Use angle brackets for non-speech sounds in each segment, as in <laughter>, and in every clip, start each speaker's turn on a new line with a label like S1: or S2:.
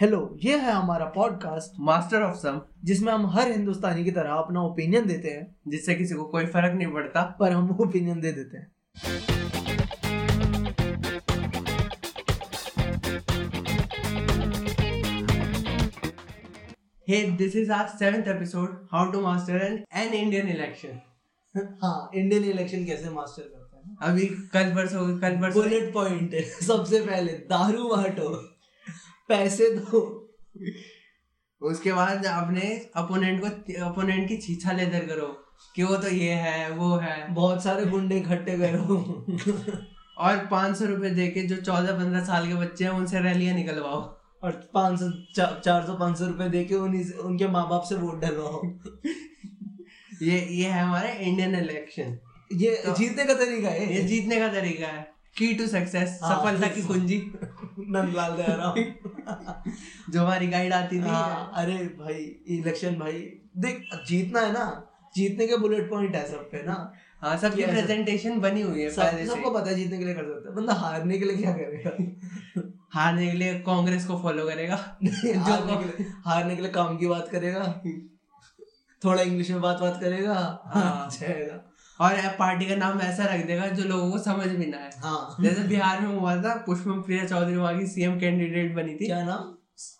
S1: Hello ये है हमारा पॉडकास्ट
S2: मास्टर ऑफ सम
S1: जिसमें हम हर हिंदुस्तानी की तरह अपना ओपिनियन देते हैं
S2: जिससे किसी को कोई फर्क नहीं पड़ता
S1: पर हम ओपिनियन दे देते हैं
S2: hey this is our seventh episode how to master an an Indian election
S1: <laughs> हाँ इंडियन इलेक्शन कैसे मास्टर करते हैं
S2: अभी कल परसों कल परसों
S1: बुलेट पॉइंट <laughs> सबसे पहले दारू बांटो पैसे दो
S2: उसके बाद आपने अपोनेंट को अपोनेंट की छीछा लेदर करो कि वो तो ये है वो है
S1: बहुत सारे गुंडे इकट्ठे करो <laughs>
S2: और पाँच सौ रुपये दे के जो चौदह पंद्रह साल के बच्चे हैं उनसे रैलियाँ निकलवाओ
S1: और पाँच सौ चार सौ पाँच सौ रुपए दे के उन्हीं से- उनके माँ बाप से वोट डलवाओ <laughs>
S2: ये ये है हमारा इंडियन इलेक्शन
S1: ये
S2: तो-
S1: जीतने का तरीका है
S2: ये जीतने का तरीका है की टू सक्सेस
S1: हाँ।
S2: सफलता की कुंजी
S1: <laughs> नंदलाल <laughs> दयाराम
S2: जो हमारी गाइड आती थी
S1: हाँ, अरे भाई इलेक्शन भाई देख जीतना है ना जीतने के बुलेट पॉइंट है सब पे ना
S2: हाँ सबकी
S1: ये ऐसा-
S2: प्रेजेंटेशन बनी हुई है
S1: सब
S2: पहले से
S1: सबको पता है जीतने के लिए कर सकता है बंदा हारने के लिए क्या करेगा
S2: हारने के लिए कांग्रेस को फॉलो करेगा
S1: हारने के लिए हारने के लिए काम की बात करेगा थोड़ा इंग्लिश में बात बात करेगा
S2: हाँ।
S1: जाएगा
S2: और ए- पार्टी का नाम ऐसा रख देगा जो लोगों को समझ भी ना आए
S1: हाँ
S2: जैसे बिहार में हुआ था पुष्पम प्रिया चौधरी वहाँ की सीएम कैंडिडेट बनी थी
S1: क्या नाम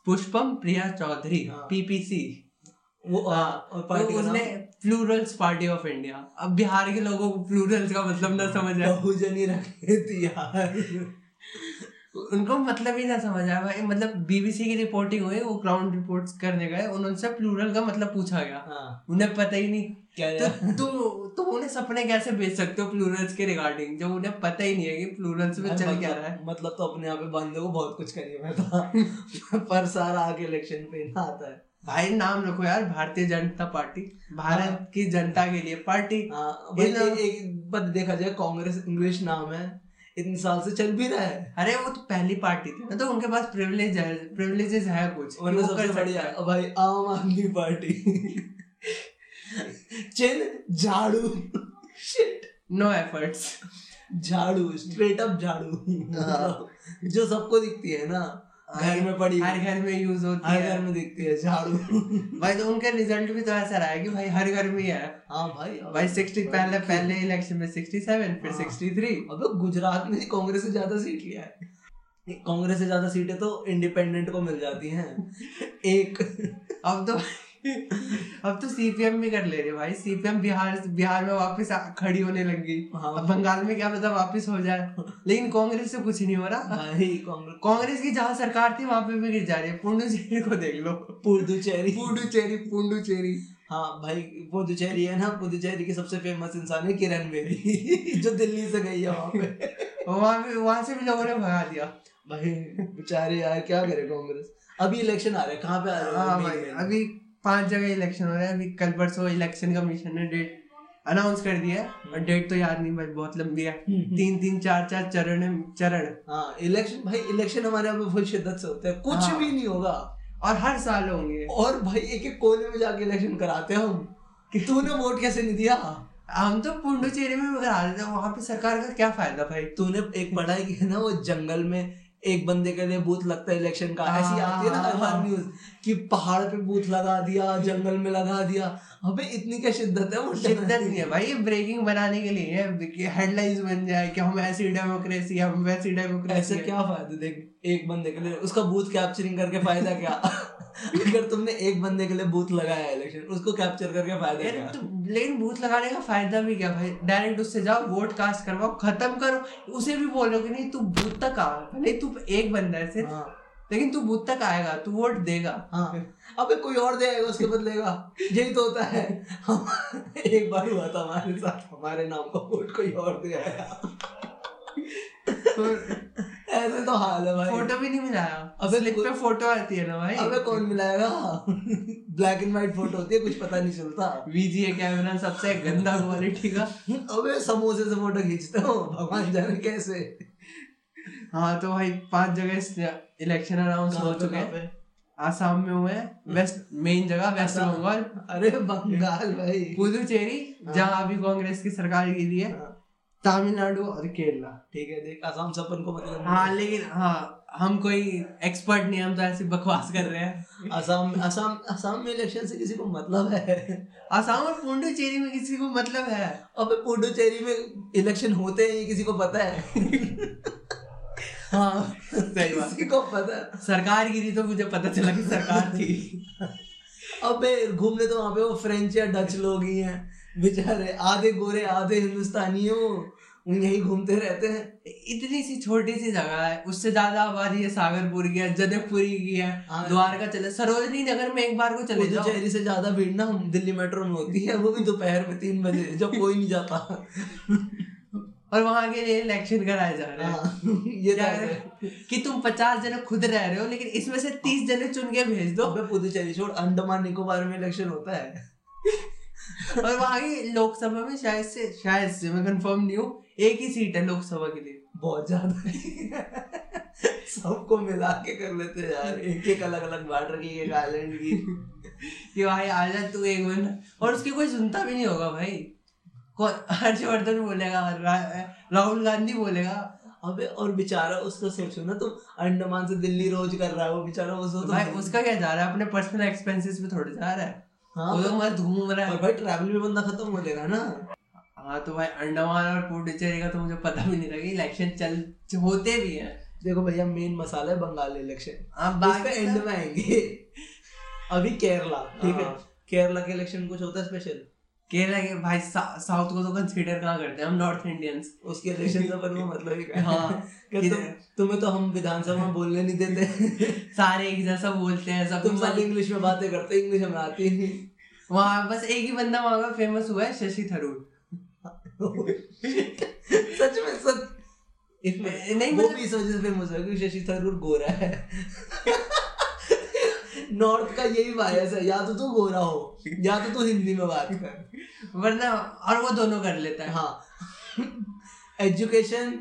S2: पुष्पम प्रिया चौधरी
S1: हाँ।
S2: पीपीसी
S1: वो हाँ और पार्टी
S2: तो
S1: का नाम?
S2: उसने प्लूरल्स पार्टी ऑफ इंडिया अब बिहार के लोगों को प्लूरल्स का मतलब ना समझ आए
S1: बहुजन ही रखे थी यार
S2: उनको मतलब ही ना समझ आया भाई मतलब बीबीसी की रिपोर्टिंग हुई वो ग्राउंड रिपोर्ट्स करने गए उनसे प्लूरल का मतलब पूछा गया
S1: हाँ
S2: उन्हें पता ही नहीं
S1: क्या
S2: तो
S1: <laughs>
S2: तुम तुम उन्हें सपने कैसे बेच सकते हो प्लूरल्स के रिगार्डिंग जब उन्हें पता ही नहीं है कि प्लूरल्स में चल क्या रहा है
S1: मतलब तो अपने यहाँ पे बंदे को बहुत कुछ करिए मैं तो था <laughs> पर सारा आगे इलेक्शन पे ना आता है
S2: भाई नाम रखो यार भारतीय जनता पार्टी
S1: हाँ।
S2: भारत की जनता के लिए पार्टी
S1: हाँ भाई
S2: ये ना-
S1: एक, एक बात देखा जाए कांग्रेस इंग्लिश नाम है इतने साल से चल भी रहा है
S2: अरे वो तो पहली पार्टी थी ना तो उनके पास प्रिविलेज है प्रिविलेजेस है कुछ कि
S1: वरना
S2: वो
S1: सबसे
S2: कर सकते
S1: बढ़िया
S2: हैं।
S1: भाई आम आदमी पार्टी चिन्ह झाड़ू शिट
S2: नो एफर्ट्स
S1: झाड़ू स्ट्रेट अप झाड़ू जो सबको दिखती है ना घर में पड़ी
S2: हाँ। <laughs> हर
S1: हुई,
S2: घर में यूज होती
S1: हर घर
S2: है
S1: में दिखती है झाड़ू
S2: भाई तो उनके रिजल्ट भी तो ऐसा रहा है कि भाई हर घर में ही है
S1: हाँ भाई
S2: भाई सिक्सटी पहले पहले इलेक्शन में सिक्सटी सेवन फिर
S1: हाँ।
S2: सिक्सटी थ्री
S1: अबे गुजरात में कांग्रेस से ज्यादा सीट लिया है नहीं, कांग्रेस से ज्यादा सीटें तो इंडिपेंडेंट को मिल जाती हैं एक
S2: अब तो <laughs> अब तो सीपीएम भी कर ले रही है भाई सीपीएम बिहार बिहार में वापस आ- खड़ी होने लग गई
S1: हाँ।
S2: अब बंगाल में क्या पता वापस हो जाए लेकिन कांग्रेस से कुछ नहीं हो रहा
S1: भाई कांग्रेस
S2: कांग्रेस की जहाँ सरकार थी वहां पे भी गिर जा रही है पुंडुचेरी को देख लो
S1: पुडुचेरी
S2: पुंडुचेरी पुंडुचेरी
S1: हाँ भाई पुडुचेरी है ना पुडुचेरी की सबसे फेमस इंसान है किरण बेदी <laughs> जो दिल्ली से गई है वहाँ
S2: <laughs>
S1: पे
S2: वहां पे वहां से भी लोगों ने भगा दिया
S1: भाई बेचारे यार क्या करे कांग्रेस अभी इलेक्शन आ रहे हैं कहाँ पे आ रहे हैं
S2: हाँ
S1: main
S2: भाई
S1: main?
S2: अभी पांच जगह इलेक्शन हो रहा है अभी कल परसों इलेक्शन कमीशन ने डेट अनाउंस कर दिया है और डेट तो याद नहीं भाई बहुत लंबी है
S1: हम्म।
S2: तीन तीन चार चार चरण है- चरण
S1: हाँ इलेक्शन भाई इलेक्शन हमारे यहाँ पे फुल शिद्दत से होता है कुछ
S2: हाँ।
S1: भी नहीं होगा
S2: और हर साल होंगे
S1: और भाई एक एक कोने में जाके इलेक्शन कराते हैं
S2: <laughs>
S1: हम कि तूने वोट कैसे नहीं दिया
S2: हम तो पुंडुचेरी में करा रहे थे वहां पे सरकार का क्या फायदा भाई
S1: तूने एक पढ़ा है कि है ना वो जंगल में एक बंदे के लिए बूथ लगता है इलेक्शन का
S2: हाँ,
S1: ऐसी आती है ना हर बार
S2: हाँ।
S1: न्यूज कि पहाड़ पे बूथ लगा दिया जंगल में लगा दिया अबे इतनी क्या शिद्दत है वो
S2: शिद्दत
S1: <laughs>
S2: नहीं है भाई ये ब्रेकिंग बनाने के लिए है हेडलाइंस बन जाए कि हम ऐसी डेमोक्रेसी हम वैसी डेमोक्रेसी
S1: ऐसे क्या फायदा देख एक बंदे के लिए उसका बूथ कैप्चरिंग करके फायदा
S2: <laughs>
S1: क्या अगर तुमने एक बंदे के लिए बूथ लगाया इलेक्शन उसको कैप्चर करके फायदा
S2: यार
S1: क्या
S2: तो लेकिन बूथ लगाने का फायदा भी क्या भाई डायरेक्ट उससे जाओ वोट कास्ट करवाओ खत्म करो उसे भी बोलो कि नहीं तू बूथ तक आ नहीं तू एक बंदा है सिर्फ
S1: हाँ
S2: लेकिन तू बूथ तक आएगा तू वोट देगा
S1: हाँ अबे कोई और देगा उसके बदलेगा यही तो होता
S2: <laughs>
S1: है <laughs> हम एक बार हुआ था हमारे साथ हमारे नाम का वोट कोई और दे आया तो ऐसे तो हाल है भाई
S2: फोटो भी नहीं मिलाया
S1: अबे
S2: अबे लिख पे फोटो आती है ना
S1: अबे
S2: भाई
S1: कौन मिलाएगा ब्लैक एंड व्हाइट फोटो होती है कुछ पता नहीं चलता
S2: वीजीए कैमरा सबसे गंदा क्वालिटी का
S1: अबे समोसे से फोटो खींचते हो भगवान जाने कैसे
S2: हाँ तो भाई पांच जगह इलेक्शन अनाउंस हो चुके हैं आसाम में हुए हैं वेस्ट मेन जगह वेस्ट
S1: हम्म। आसाम।
S2: बंगाल
S1: अरे बंगाल भाई
S2: पुदुचेरी
S1: हाँ।
S2: जहाँ अभी कांग्रेस की सरकार गिरी है
S1: हाँ,
S2: तमिलनाडु और केरला
S1: ठीक है देख आसाम सपन को मतलब
S2: हाँ लेकिन हाँ हम कोई एक्सपर्ट नहीं हम तो ऐसी बकवास कर रहे हैं
S1: असम असम असम में इलेक्शन से किसी को मतलब है
S2: आसाम और पुंडुचेरी में किसी को मतलब है
S1: अबे पुडुचेरी में इलेक्शन होते हैं ये किसी को पता है
S2: हाँ सही बात
S1: किसी को पता है
S2: सरकार गिरी तो मुझे पता चला कि सरकार थी
S1: अबे घूमने तो वहाँ पे वो फ्रेंच या डच लोग ही हैं बेचारे आधे गोरे आधे हिंदुस्तानी हैं वो वो यहीं घूमते रहते हैं
S2: इतनी सी छोटी सी जगह है उससे ज्यादा आबादी है सागरपुर की है जदकपुरी की है
S1: हाँ।
S2: द्वारका चले सरोजनी नगर में एक बार को चले जाओ
S1: पुडुचेरी तो से ज्यादा भीड़ ना दिल्ली मेट्रो में होती है वो भी दोपहर में तीन बजे जब कोई नहीं जाता
S2: और वहां के लिए इलेक्शन कराए जा रहे हैं
S1: हाँ, ये तो
S2: क्या
S1: ऐसा है।
S2: करें? कि तुम पचास जने खुद रह रहे हो लेकिन इसमें से तीस जने चुन के भेज दो
S1: तो अबे पुडुचेरी छोड़ अंडमान निकोबार में इलेक्शन होता है
S2: और वहां की लोकसभा में शायद से शायद से मैं कंफर्म नहीं हूँ एक ही सीट है लोकसभा के लिए
S1: बहुत ज्यादा है। सबको मिला के कर लेते हैं यार एक एक अलग अलग वाटर की एक आइलैंड की
S2: कि भाई आ जा तू एक मिनट और उसकी कोई सुनता भी नहीं होगा भाई कौन हर्षवर्धन बोलेगा रा- राहुल गांधी बोलेगा
S1: अबे और बेचारा उसका सोचो ना तुम अंडमान से दिल्ली रोज कर रहा है वो बेचारा वो
S2: तो
S1: सोचो
S2: भाई उसका क्या जा रहा है अपने पर्सनल एक्सपेंसेस पे थोड़े जा रहा है
S1: हाँ
S2: वो तो मस्त घूम रहा
S1: और
S2: है
S1: भाई ट्रैवल भी बंदा खत्म हो जाएगा ना
S2: हाँ तो भाई अंडमान और पुडुचेरी का तो मुझे पता भी नहीं लगा इलेक्शन चल होते भी हैं
S1: देखो भैया मेन मसाला है बंगाल इलेक्शन
S2: आप
S1: बाकी
S2: बाकी
S1: एंड
S2: सब-
S1: में आएंगे अभी केरला ठीक है
S2: हाँ।
S1: केरला के इलेक्शन कुछ होता है स्पेशल
S2: केरला के भाई सा, साउथ को तो कंसीडर कहाँ करते हैं हम नॉर्थ इंडियंस
S1: उसके इलेक्शन का बनवा मतलब ही क्या
S2: हाँ
S1: <laughs> कि तुम, तुम्हें तो हम विधानसभा में बोलने नहीं देते
S2: <laughs> सारे एक जैसा बोलते हैं सब
S1: तुम सब इंग्लिश में बातें करते हो, इंग्लिश हमें आती ही नहीं <laughs>
S2: वहाँ बस एक ही बंदा वहाँ का फेमस हुआ है शशि थरूर
S1: सच में सच इसमें
S2: नहीं,
S1: नहीं वो
S2: मतलब-
S1: भी इस वजह से फेमस हुआ क्योंकि शशि थरूर गोरा है <laughs> नॉर्थ का यही वायरस है या तो तू गोरा हो या तो तू हिंदी में बात कर
S2: मतलब, वरना और वो दोनों कर लेता है
S1: हाँ एजुकेशन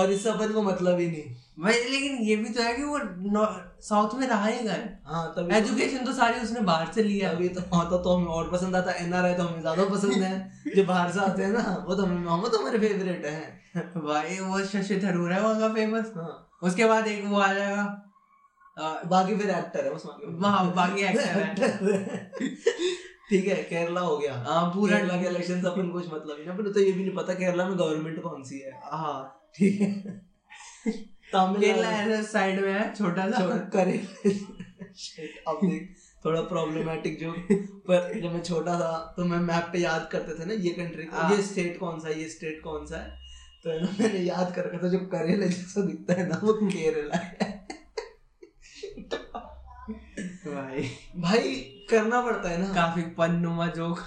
S1: और इस सफर को मतलब ही नहीं
S2: भाई लेकिन ये भी तो है कि वो नॉ- साउथ में रहा ही कर
S1: हाँ तभी
S2: एजुकेशन तो सारी उसने बाहर से लिया
S1: अभी तो हाँ तो, तो हमें और पसंद आता है एनआरआई तो हमें ज्यादा पसंद
S2: <laughs>
S1: है जो बाहर से आते हैं ना वो तो हमें वो तो हमारे फेवरेट है
S2: भाई वो शशि थरूर है वहाँ का फेमस
S1: हाँ
S2: उसके बाद एक वो आ जाएगा अ,
S1: बाकी फिर एक्टर है उस मामले में। <laughs>
S2: वहाँ बाकी एक्टर है
S1: ठीक है केरला हो गया
S2: हाँ, पूरा
S1: केरला के इलेक्शन से अपन कुछ मतलब ही ना अपन तो ये भी नहीं पता केरला में गवर्नमेंट कौन सी है
S2: हाँ
S1: ठीक है
S2: केरला
S1: तमिलनाडु
S2: ऐसा साइड में है छोटा सा
S1: छोड़, करे Shit, अब देख थोड़ा प्रॉब्लमेटिक जो पर जब मैं छोटा था तो मैं मैप पे याद करते थे ना ये कंट्री
S2: हाँ।
S1: ये स्टेट कौन सा है ये स्टेट कौन सा है तो है ना मैंने याद कर रखा था जो करेला जैसा दिखता है ना वो केरला है
S2: भाई
S1: भाई करना पड़ता है ना
S2: काफी पन्नुमा जोक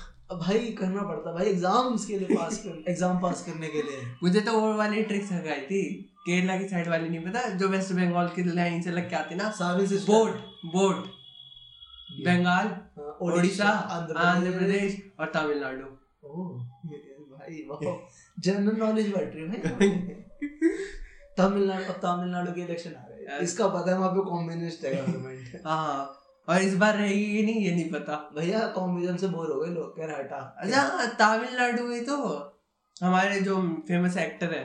S1: भाई करना पड़ता है भाई एग्जाम्स के लिए पास कर एग्जाम पास करने के लिए
S2: मुझे तो वो वाली ट्रिक्स आई थी केरला की साइड वाली नहीं पता जो वेस्ट बंगाल की लाइन से लग के आती ना
S1: साविन से
S2: boat boat Bengal
S1: Uh,
S2: Orissa Andhra Pradesh और तमिलनाडु
S1: Oh, भाई वाह जनरल नॉलेज बढ़ रही है भाई तमिलनाडु अब तमिलनाडु के इलेक्शन आ रहे हैं
S2: यार।
S1: इसका पता है वहाँ पे कॉम्युनिस्ट है गवर्नमेंट
S2: हाँ और इस बार रहेगी कि नहीं ये नहीं पता
S1: भैया कॉम्युनिज्म से बोर हो गए लोग कह रहे हटा
S2: अच्छा हाँ, तमिलनाडु में तो हमारे जो फेमस एक्टर है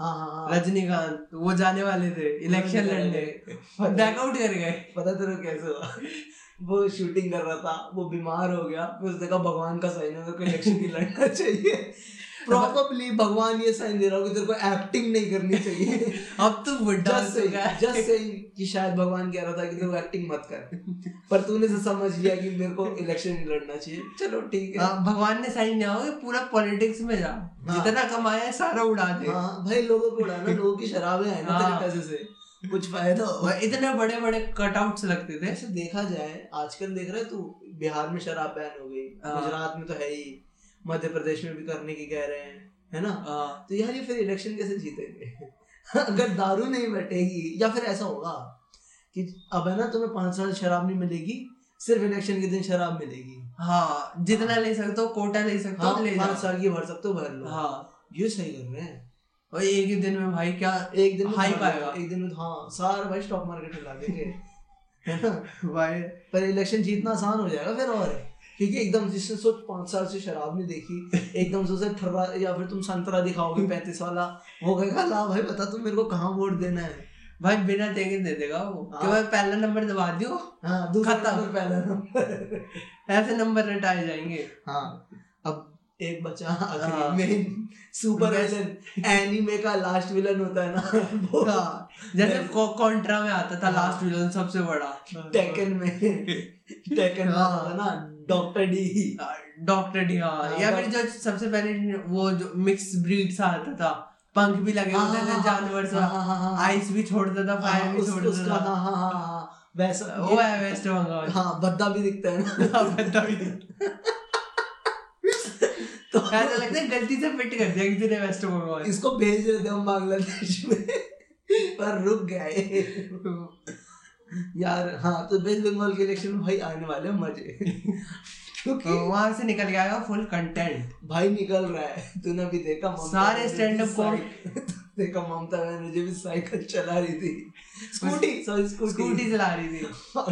S1: हाँ हाँ हाँ
S2: रजनीकांत वो जाने वाले थे इलेक्शन लड़ने
S1: पता-
S2: बैकआउट कर गए
S1: पता तेरे को कैसे हुआ वो शूटिंग कर रहा था वो बीमार हो गया फिर उसने कहा भगवान का साइन है तेरे को इलेक्शन नहीं लड़ना चाहिए <laughs> प्रॉबली भगवान ये साइन दे रहा होगा कि तेरे को एक्टिंग नहीं करनी चाहिए
S2: अब तो बुढ़ा हो
S1: जस्ट से
S2: चुका है
S1: जस्ट से कि शायद भगवान कह रहा था कि तू एक्टिंग मत कर पर तूने से समझ लिया कि मेरे को इलेक्शन नहीं लड़ना चाहिए चलो ठीक है
S2: हाँ, भगवान ने साइन दिया होगा कि पूरा पॉलिटिक्स में जा जितना कमाया है सारा उड़ा दे
S1: हाँ भाई लोगों को <laughs> उड़ाना लोगों की शराबें हैं ना
S2: हाँ।
S1: तेरे पैसे से कुछ फायदा हो
S2: और इतने बड़े बड़े कटआउट्स लगते थे
S1: वैसे देखा जाए आजकल देख रहा है तू बिहार में शराब बैन हो गई
S2: हाँ।
S1: गुजरात में तो है ही मध्य प्रदेश में भी करने की कह रहे हैं है ना
S2: हाँ,
S1: तो यार ये फिर इलेक्शन कैसे जीतेंगे <laughs> अगर दारू नहीं बटेगी या फिर ऐसा होगा कि अब है ना तुम्हें पाँच साल शराब नहीं मिलेगी सिर्फ इलेक्शन के दिन शराब मिलेगी
S2: हाँ जितना ले सकते हो कोटा ले सकते
S1: हाँ
S2: हो ले
S1: पाँच
S2: जाओ
S1: साल की भर सकते हो भर लो
S2: हाँ
S1: ये सही कर रहे हैं
S2: और एक ही दिन में भाई क्या
S1: एक दिन में
S2: हाई
S1: भर
S2: पाएगा।
S1: लो, एक दिन में हाँ सारा भाई स्टॉक मार्केट में ला देंगे <laughs> है ना
S2: भाई
S1: पर इलेक्शन जीतना आसान हो जाएगा फिर और क्योंकि एकदम जिसने सोच पाँच साल से शराब नहीं देखी एकदम से उसे ठर्रा
S2: <laughs>
S1: या फिर तुम संतरा दिखाओगे पैंतीस वाला वो कहेगा ला भाई बता तुम मेरे को कहाँ वोट देना है
S2: भाई बिना देखे दे देगा वो कि
S1: हाँ।
S2: भाई पहला नंबर दबा दियो
S1: हाँ दूसरा
S2: खत्म।
S1: नंबर पहला नंबर
S2: ऐसे नंबर रटाए जाएंगे
S1: हाँ अब एक बचा आखिरी
S2: हाँ।
S1: Main super
S2: Best-
S1: villain anime का लास्ट विलन होता है ना वो
S2: हाँ,
S1: <laughs>
S2: जैसे
S1: Best-
S2: कॉन्ट्रा में आता था
S1: हाँ।
S2: लास्ट विलन सबसे बड़ा
S1: टेकन में टेकन में
S2: हाँ।
S1: होता है ना डॉक्टर डी
S2: डॉक्टर डी
S1: हाँ,
S2: हाँ या फिर
S1: doc-
S2: जो सबसे पहले वो जो मिक्स ब्रीड सा आता था पंख भी लगे
S1: हाँ,
S2: होते थे
S1: हाँ,
S2: जानवर
S1: हाँ
S2: सा
S1: हाँ हाँ हाँ।
S2: आइस भी छोड़ता था फायर
S1: हाँ,
S2: भी
S1: उस-
S2: छोड़ता
S1: उसका
S2: था
S1: हाँ हाँ हाँ हाँ वैसा
S2: वो है वेस्ट बंगाल
S1: हाँ भद्दा भी दिखता है ना <laughs>
S2: हाँ, भद्दा भी
S1: तो
S2: ऐसा लगता है गलती से फिट कर दिया किसी ने वेस्ट बंगाल
S1: इसको भेज रहे थे हम बांग्लादेश में पर रुक गए यार हाँ तो वेस्ट बंगाल के इलेक्शन में भाई आने वाले हैं मजे क्योंकि
S2: वहां से निकल के आएगा फुल कंटेंट
S1: भाई निकल रहा है तूने भी देखा ममता
S2: सारे
S1: बनर्जी
S2: stand-up
S1: साइक- देखा ममता बनर्जी भी साइकिल चला रही थी स्कूटी सॉरी स्कूटी
S2: स्कूटी चला रही थी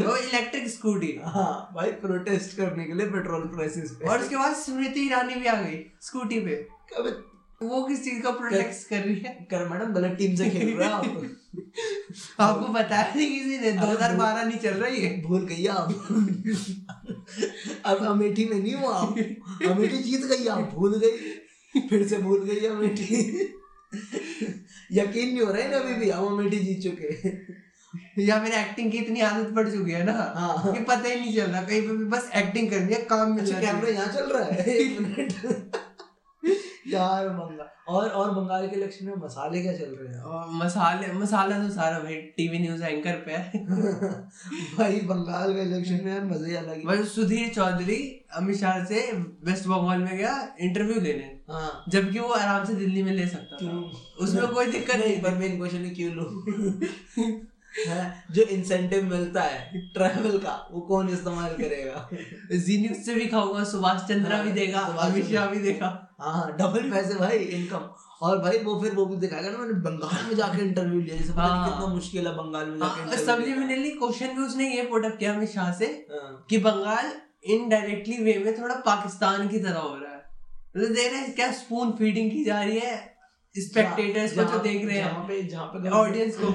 S2: वो इलेक्ट्रिक स्कूटी
S1: हाँ भाई प्रोटेस्ट करने के लिए पेट्रोल प्राइसेस पे
S2: और उसके बाद स्मृति ईरानी भी आ गई स्कूटी पे
S1: अबे,
S2: वो किस चीज का प्रोटेक्ट कर रही है
S1: कर मैडम गलत टीम से खेल रहे हो आप
S2: आपको बताया नहीं किसी ने दो हजार बारह नहीं चल रही है
S1: भूल गई आप अब अमेठी में नहीं हो आप अमेठी जीत गई आप भूल गई फिर से भूल गई अमेठी यकीन नहीं हो रहा है ना अभी भी हम अमेठी जीत चुके हैं।
S2: या फिर एक्टिंग की इतनी आदत पड़ चुकी है ना
S1: हाँ
S2: कि पता ही नहीं चल रहा कहीं पे भी बस एक्टिंग कर दिया काम मिल
S1: अच्छा
S2: रहा
S1: कैमरा
S2: है
S1: यहाँ चल रहा है एक मिनट यार बंगाल और और बंगाल के इलेक्शन में मसाले क्या चल रहे हैं
S2: और मसाले मसाला तो सारा भाई टीवी न्यूज एंकर पे है
S1: भाई बंगाल के इलेक्शन में यार मजे ही अलग ही-
S2: भाई सुधीर चौधरी अमित शाह से वेस्ट बंगाल में गया इंटरव्यू लेने
S1: हाँ
S2: जबकि वो आराम से दिल्ली में ले सकता था
S1: क्यों
S2: उसमें कोई दिक्कत नहीं
S1: नहीं पर मैं इनको क्वेश्चन क्यों <laughs> लूं हाँ, जो इंसेंटिव मिलता है ट्रैवल का वो कौन इस्तेमाल करेगा
S2: जी न्यूज से भी खाऊंगा सुभाष चंद्र
S1: हाँ,
S2: भी देगा
S1: सुभाष
S2: अमित शाह भी देगा
S1: हाँ डबल पैसे भाई इनकम और भाई वो फिर वो भी दिखाएगा ना मैंने बंगाल में जाके इंटरव्यू लिया जैसे पता नहीं
S2: हाँ।
S1: कितना मुश्किल है बंगाल में जाके interview लेना।
S2: सब्लिमिनली क्वेश्चन भी उसने ये पुट अप किया अमित शाह से
S1: हाँ।
S2: कि बंगाल इनडायरेक्टली वे में थोड़ा पाकिस्तान की तरह हो रहा है तो देख रहे हैं क्या स्पून फीडिंग की जा रही है स्पेक्टेटर्स को जो
S1: जहाँ-
S2: देख रहे
S1: जहाँ
S2: हैं
S1: पे जहाँ पे
S2: ऑडियंस को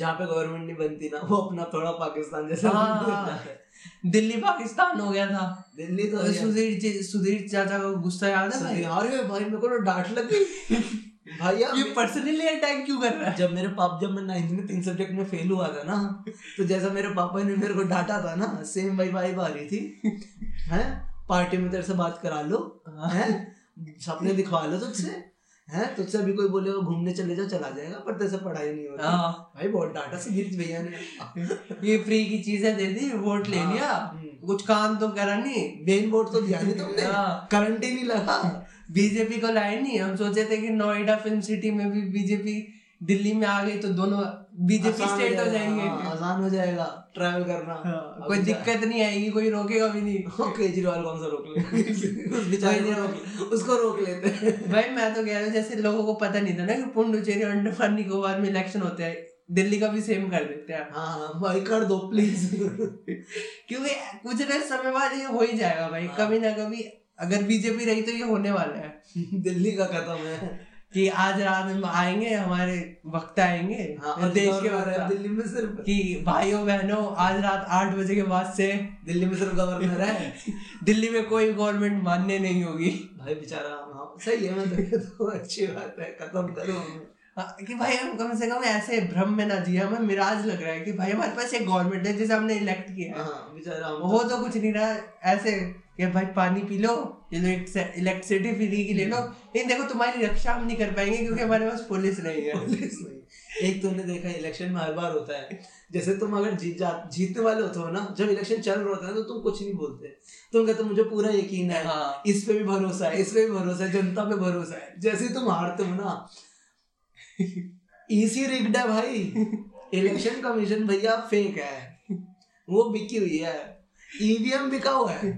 S1: जहाँ पे गवर्नमेंट नहीं बनती ना वो अपना थोड़ा पाकिस्तान जैसा
S2: हाँ,
S1: बन
S2: हाँ।
S1: जाता है
S2: दिल्ली पाकिस्तान हो गया था
S1: दिल्ली तो
S2: और सुधीर जी- सुधीर चाचा को गुस्सा याद है भाई
S1: यार अरे भाई मेरे को तो डांट लग गई
S2: <laughs>
S1: भाई
S2: ये
S1: आप-
S2: पर्सनली अटैक क्यों कर रहा है
S1: जब मेरे पाप जब मैं नाइन्थ में तीन सब्जेक्ट में फेल हुआ था ना तो जैसा मेरे पापा ने मेरे को डांटा था ना सेम भाई वाइब आ रही थी हैं पार्टी में तेरे से बात करा लो हैं सपने दिखवा लो तुझसे हैं तुझसे अभी कोई बोलेगा घूमने चले जाओ चला जाएगा पर तेरे से पढ़ाई नहीं होती
S2: हाँ,
S1: भाई बहुत डांटा सुधीर भैया ने
S2: ये फ्री की चीजें दे दी वोट ले
S1: हाँ,
S2: लिया
S1: हम्म।
S2: कुछ काम तो करा नहीं
S1: मेन बोर्ड तो दिया नहीं तुमने
S2: हाँ।
S1: करंट ही नहीं लगा
S2: बीजेपी को लाए नहीं हम सोचे थे कि नोएडा फिल्म सिटी में भी बीजेपी दिल्ली में आ गई तो दोनों बीजेपी
S1: आसान
S2: स्टेट हो जाएंगे
S1: हाँ, आसान हो जाएगा ट्रैवल करना
S2: हाँ,
S1: अब
S2: कोई
S1: जा-
S2: दिक्कत नहीं आएगी कोई रोकेगा भी नहीं
S1: वो <laughs> केजरीवाल कौन सा रोक
S2: <laughs>
S1: ले उस
S2: कोई
S1: बेचारे
S2: नहीं
S1: को रोक उसको रोक लेते हैं
S2: भाई मैं तो कह रहा हूँ जैसे लोगों को पता नहीं था ना कि पुंडुचेरी और अंडमान निकोबार में इलेक्शन होते हैं दिल्ली का भी सेम कर देते हैं
S1: हाँ भाई कर दो प्लीज
S2: क्योंकि कुछ ना समय बाद ये हो ही जाएगा भाई
S1: हाँ।
S2: कभी ना कभी अगर बीजेपी रही तो ये होने वाला है
S1: दिल्ली का खत्म है
S2: कि आज रात में आएंगे हमारे वक्त आएंगे
S1: हाँ
S2: या
S1: और
S2: देश के
S1: गवर्नर है
S2: वक्त
S1: दिल्ली में सिर्फ
S2: कि भाइयों बहनों आज रात आठ बजे के बाद से
S1: दिल्ली में सिर्फ गवर्नर है
S2: दिल्ली में कोई गवर्नमेंट मानने नहीं होगी
S1: भाई बेचारा हाँ सही है मैं तो कहता हूँ, अच्छी बात है खत्म करो हमें।
S2: हाँ, कि भाई हम कम से कम ऐसे भ्रम में ना जिए हमें मिराज लग रहा है कि भाई हमारे पास एक गवर्नमेंट है जिसे हमने इलेक्ट किया है
S1: हाँ बेचारा हम
S2: वो तो कुछ नहीं रहा ऐसे कि भाई पानी पी लो इलेक्ट्रिसिटी फ्री की ले लो लेकिन देखो तुम्हारी रक्षा हम नहीं कर पाएंगे क्योंकि हमारे पास पुलिस नहीं है
S1: पुलिस नहीं एक तुमने देखा इलेक्शन में हर बार होता है जैसे तुम अगर जीत जा जीतने वाले होते हो ना जब इलेक्शन चल रहा होता है तो तुम कुछ नहीं बोलते तुम कहते हो, मुझे पूरा यकीन है
S2: हाँ
S1: इस पे भी भरोसा है इस पे भी भरोसा है जनता पे भरोसा है जैसे ही तुम हारते हो ना <laughs> इसी रिग्ड है भाई इलेक्शन कमीशन भैया फेक है वो बिकी हुई है E ईवीएम बिका
S2: <laughs>
S1: हुआ है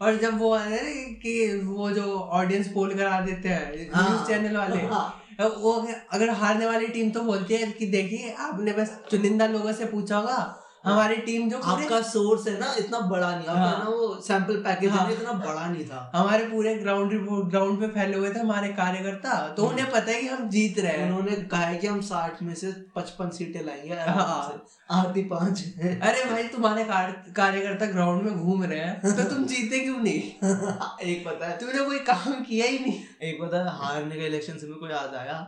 S2: और जब वो आते हैं ना कि वो जो ऑडियंस पोल करा देते हैं न्यूज चैनल वाले
S1: हाँ,
S2: वो अगर हारने वाली टीम तो बोलती है कि देखिए आपने बस चुनिंदा लोगों से पूछा होगा हमारी टीम जो पूरे
S1: आपका सोर्स है ना इतना बड़ा नहीं आपका
S2: हाँ।
S1: ना वो सैंपल पैकेज
S2: हाँ।
S1: इतना बड़ा नहीं था
S2: हमारे पूरे ग्राउंड रिपोर्ट ग्राउंड पे फैले हुए थे हमारे कार्यकर्ता तो
S1: हम्म।
S2: उन्हें पता है कि हम जीत रहे हैं
S1: उन्होंने कहा है कि हम साठ में से पचपन सीटें लाएंगे
S2: हाँ।
S1: आराम से। आधी पांच है
S2: अरे भाई तुम्हारे कार- कार्यकर्ता ग्राउंड में घूम रहे हैं तो तुम जीते क्यों नहीं
S1: <laughs> एक पता है
S2: तुमने कोई काम किया ही नहीं
S1: एक पता है हारने का इलेक्शन से मेरे को याद आया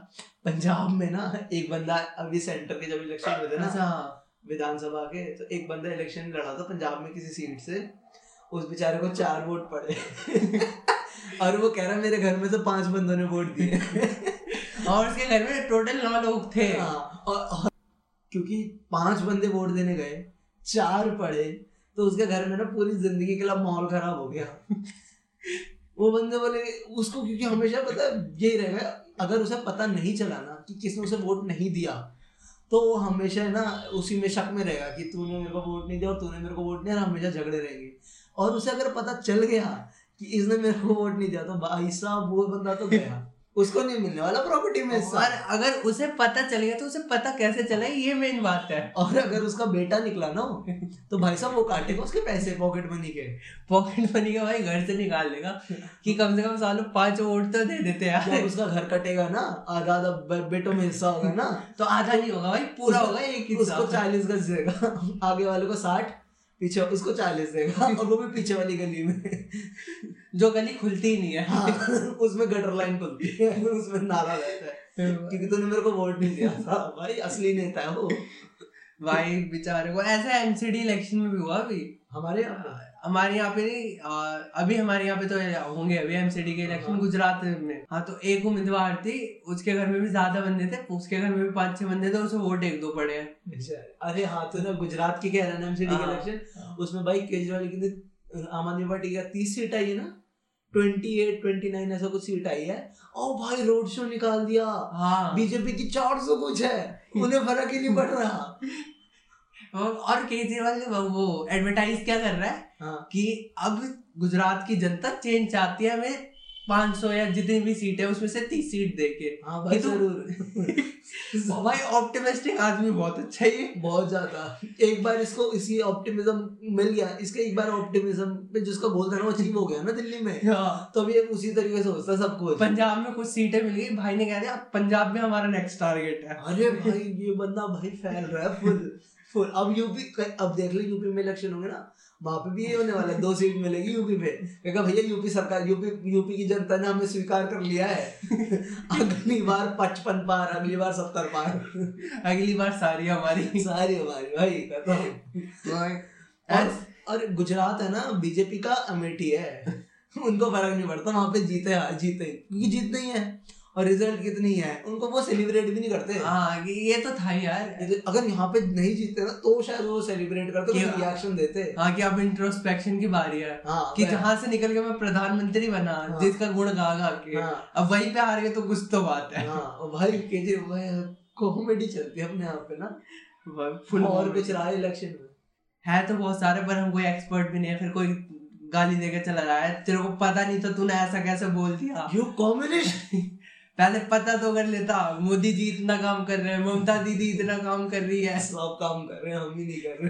S1: पंजाब में ना एक बंदा अभी सेंटर के जब इलेक्शन हुए थे ना
S2: हाँ
S1: विधानसभा के तो एक बंदा इलेक्शन लड़ा था पंजाब में किसी सीट से उस बेचारे को चार वोट पड़े और वो कह रहा मेरे घर में तो पांच बंदों ने वोट दिए
S2: और उसके घर में टोटल नौ लोग थे
S1: हाँ, और, और क्योंकि पांच बंदे वोट देने गए चार पड़े तो उसके घर में ना पूरी जिंदगी के लिए माहौल खराब हो गया <laughs> वो बंदे बोले उसको क्योंकि हमेशा पता है, यही रहेगा अगर उसे पता नहीं चला ना कि किसने उसे वोट नहीं दिया तो वो हमेशा है ना उसी में शक में रहेगा कि तूने मेरे को वोट नहीं दिया और तूने मेरे को वोट नहीं दिया और हमेशा झगड़े रहेंगे और उसे अगर पता चल गया कि इसने मेरे को वोट नहीं दिया तो भाई साहब वो बंदा तो गया
S2: <laughs>
S1: उसको नहीं मिलने वाला प्रॉपर्टी में हिस्सा।
S2: और अगर उसे पता चल गया तो उसे पता कैसे चला ये मेन बात है
S1: और अगर उसका बेटा निकला ना वो, तो भाई साहब वो काटेगा उसके पैसे पॉकेट मनी के
S2: पॉकेट मनी का भाई घर से निकाल लेगा कि कम से कम सालों पांच वोट तो दे देते
S1: जब
S2: यार
S1: उसका घर कटेगा ना आधा आधा बे- बेटों में हिस्सा होगा ना
S2: तो आधा नहीं होगा भाई पूरा होगा एक ही
S1: उसको चालीस गज देगा आगे वाले को साठ पीछे उसको चालीस देगा और वो भी पीछे वाली गली में
S2: जो गली खुलती ही नहीं है
S1: हाँ उसमें गटर लाइन खुलती है फिर उसमें नारा रहता है क्योंकि तूने मेरे को वोट नहीं दिया था भाई असली नेता है वो
S2: भाई बेचारे को ऐसा एमसीडी इलेक्शन में भी हुआ अभी
S1: हमारे यहाँ पे।
S2: हमारे यहाँ पे नहीं आ, अभी हमारे यहाँ पे तो होंगे अभी एमसीडी के इलेक्शन
S1: हाँ।
S2: गुजरात में हाँ तो एक उम्मीदवार थी उसके घर में भी ज्यादा बंदे थे उसके घर में भी पांच छह बंदे थे उसे वोट एक दो पड़े हैं
S1: अरे हाँ तो ना गुजरात की कह रहे हैं एमसीडी
S2: अच्छा। हाँ।
S1: इलेक्शन उसमें भाई केजरीवाल की तो आम आदमी पार्टी का तीस सीट आई है ना ट्वेंटी एट ट्वेंटी नाइन ऐसा कुछ सीट आई है और भाई रोड शो निकाल दिया
S2: हाँ
S1: बीजेपी की चार सौ कुछ है उन्हें फर्क ही नहीं पड़ रहा
S2: और- और केजरीवाल ने वो- वो एडवर्टाइज क्या कर रहा है
S1: हाँ
S2: कि अब गुजरात की जनता चेंज चाहती है हमें 500 या जितनी भी सीट है उसमें से 30 सीट देके
S1: हाँ भाई
S2: ये तो-
S1: जरूर
S2: भाई ऑप्टिमिस्टिक आदमी बहुत अच्छा है ये
S1: बहुत ज्यादा एक बार इसको इसी ऑप्टिमिज्म मिल गया इसके एक बार ऑप्टिमिज्म पे जिसका गोल था ना वो अचीव हो गया ना दिल्ली में तो अभी ये उसी तरीके से सोचता है सब कुछ
S2: हाँ। पंजाब में कुछ सीटें मिल गई भाई ने कह दिया अब पंजाब में हमारा नेक्स्ट टारगेट है
S1: अरे भाई ये बंदा भाई फैल रहा है फुल फुल अब यूपी अब देख ले यूपी में इलेक्शन होंगे ना वहां पे भी ये होने वाला है दो सीट मिलेगी यूपी पे कहेगा भैया यूपी सरकार यूपी यूपी की जनता ने हमें स्वीकार कर लिया है अगली बार पचपन पार अगली बार सत्तर पार
S2: अगली बार सारी हमारी
S1: सारी हमारी भाई कहता हूँ। और,
S2: ऐस-
S1: और गुजरात है ना बीजेपी का अमेठी है उनको फर्क नहीं पड़ता वहां पे जीते हार जीते क्योंकि जीतना ही है और रिजल्ट कितनी है उनको वो सेलिब्रेट भी नहीं करते
S2: हाँ ये ये तो था ही यार
S1: अगर अगर यहाँ पे नहीं जीते ना तो शायद वो सेलिब्रेट करते
S2: क्या?
S1: कुछ रिएक्शन देते
S2: हाँ कि अब इंट्रोस्पेक्शन की बारी है
S1: हाँ
S2: कि
S1: मैं-
S2: जहाँ से निकल के मैं प्रधानमंत्री बना
S1: हाँ।
S2: जिसका गुण गा गा के
S1: हाँ
S2: अब वहीं पे आ रहे तो कुछ तो बात है
S1: हाँ और भाई केजे भाई कॉमेडी चलती है अपने यहाँ पे ना
S2: फुल
S1: और कुछ रहा इलेक्शन में
S2: है तो बहुत सारे पर हम कोई एक्सपर्ट भी नहीं है फिर कोई गाली देके चला रहा है तेरे को पता नहीं तो तूने ऐसा कैसे बोल दिया
S1: यू <laughs> कॉम्युनिस्ट
S2: पहले पता तो कर लेता मोदी जी इतना काम कर रहे हैं ममता दीदी इतना काम कर रही है
S1: सब काम कर रहे हैं हम ही नहीं कर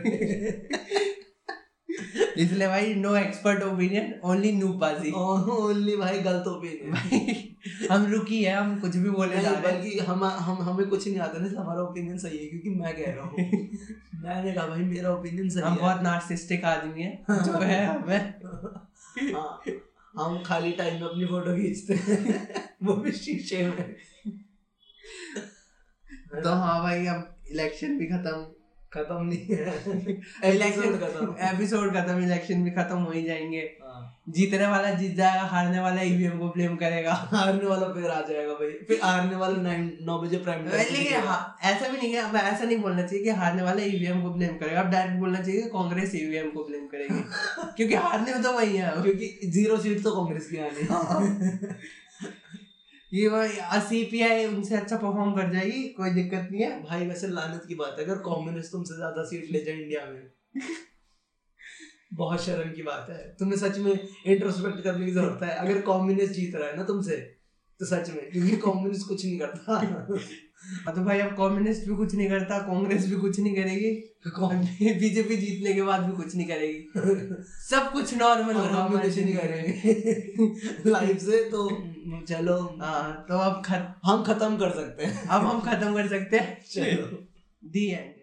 S1: रहे
S2: <laughs> इसलिए भाई नो एक्सपर्ट ओपिनियन ओनली नूबाजी
S1: ओनली भाई गलत ओपिनियन
S2: हम रुकी है हम कुछ भी बोले जा रहे हैं
S1: बल्कि हम हम हमें कुछ नहीं आता ना इसलिए हमारा ओपिनियन सही है क्योंकि मैं कह
S2: <laughs>
S1: रहा हूँ मैंने कहा भाई मेरा ओपिनियन
S2: हम
S1: सही है
S2: बहुत नार्सिस्टिक आदमी है जो है हमें
S1: <laughs> हाँ, हम खाली टाइम में अपनी फोटो खींचते हैं <laughs> वो भी शीशे में
S2: तो हाँ भाई अब इलेक्शन भी खत्म
S1: खत्म नहीं
S2: <laughs>
S1: है
S2: इलेक्शन
S1: इलेक्शन खत्म
S2: एपिसोड खत्म इलेक्शन भी खत्म हो ही जाएंगे
S1: हाँ,
S2: जीतने वाला जीत जाएगा हारने वाला ईवीएम को ब्लेम करेगा
S1: हारने वाला फिर आ जाएगा भाई फिर हारने वाला नाइन नौ बजे प्राइम
S2: लेकिन हाँ, ऐसा भी नहीं है अब ऐसा नहीं बोलना चाहिए कि हारने वाला ईवीएम को ब्लेम करेगा अब डायरेक्ट बोलना चाहिए कि कांग्रेस ईवीएम को ब्लेम <laughs> करेगी क्योंकि हारने में तो वही है
S1: क्योंकि जीरो सीट तो कांग्रेस की आनी
S2: हाँ।
S1: है
S2: ये वही सीपीआई उनसे अच्छा परफॉर्म कर जाएगी कोई दिक्कत नहीं है
S1: <laughs> भाई वैसे लानत की बात है अगर कम्युनिस्ट तुमसे ज्यादा सीट ले जाए इंडिया में बहुत शर्म की बात है तुम्हें सच में इंट्रोस्पेक्ट करने की जरूरत है अगर कम्युनिस्ट जीत रहा है ना तुमसे तो सच में क्योंकि कम्युनिस्ट कुछ नहीं
S2: <laughs>
S1: करता
S2: हाँ, तो भाई अब कम्युनिस्ट भी कुछ नहीं करता कांग्रेस भी कुछ नहीं करेगी बीजेपी जीतने के बाद भी कुछ नहीं करेगी सब कुछ नॉर्मल
S1: और
S2: होगा
S1: हम भी
S2: हमारे
S1: कुछ नहीं
S2: जिंदगी में।
S1: करेंगे लाइफ से
S2: <laughs>
S1: तो चलो
S2: हाँ तो अब खत
S1: हम खत्म कर सकते हैं
S2: अब हम खत्म कर सकते हैं
S1: चलो
S2: दी एंड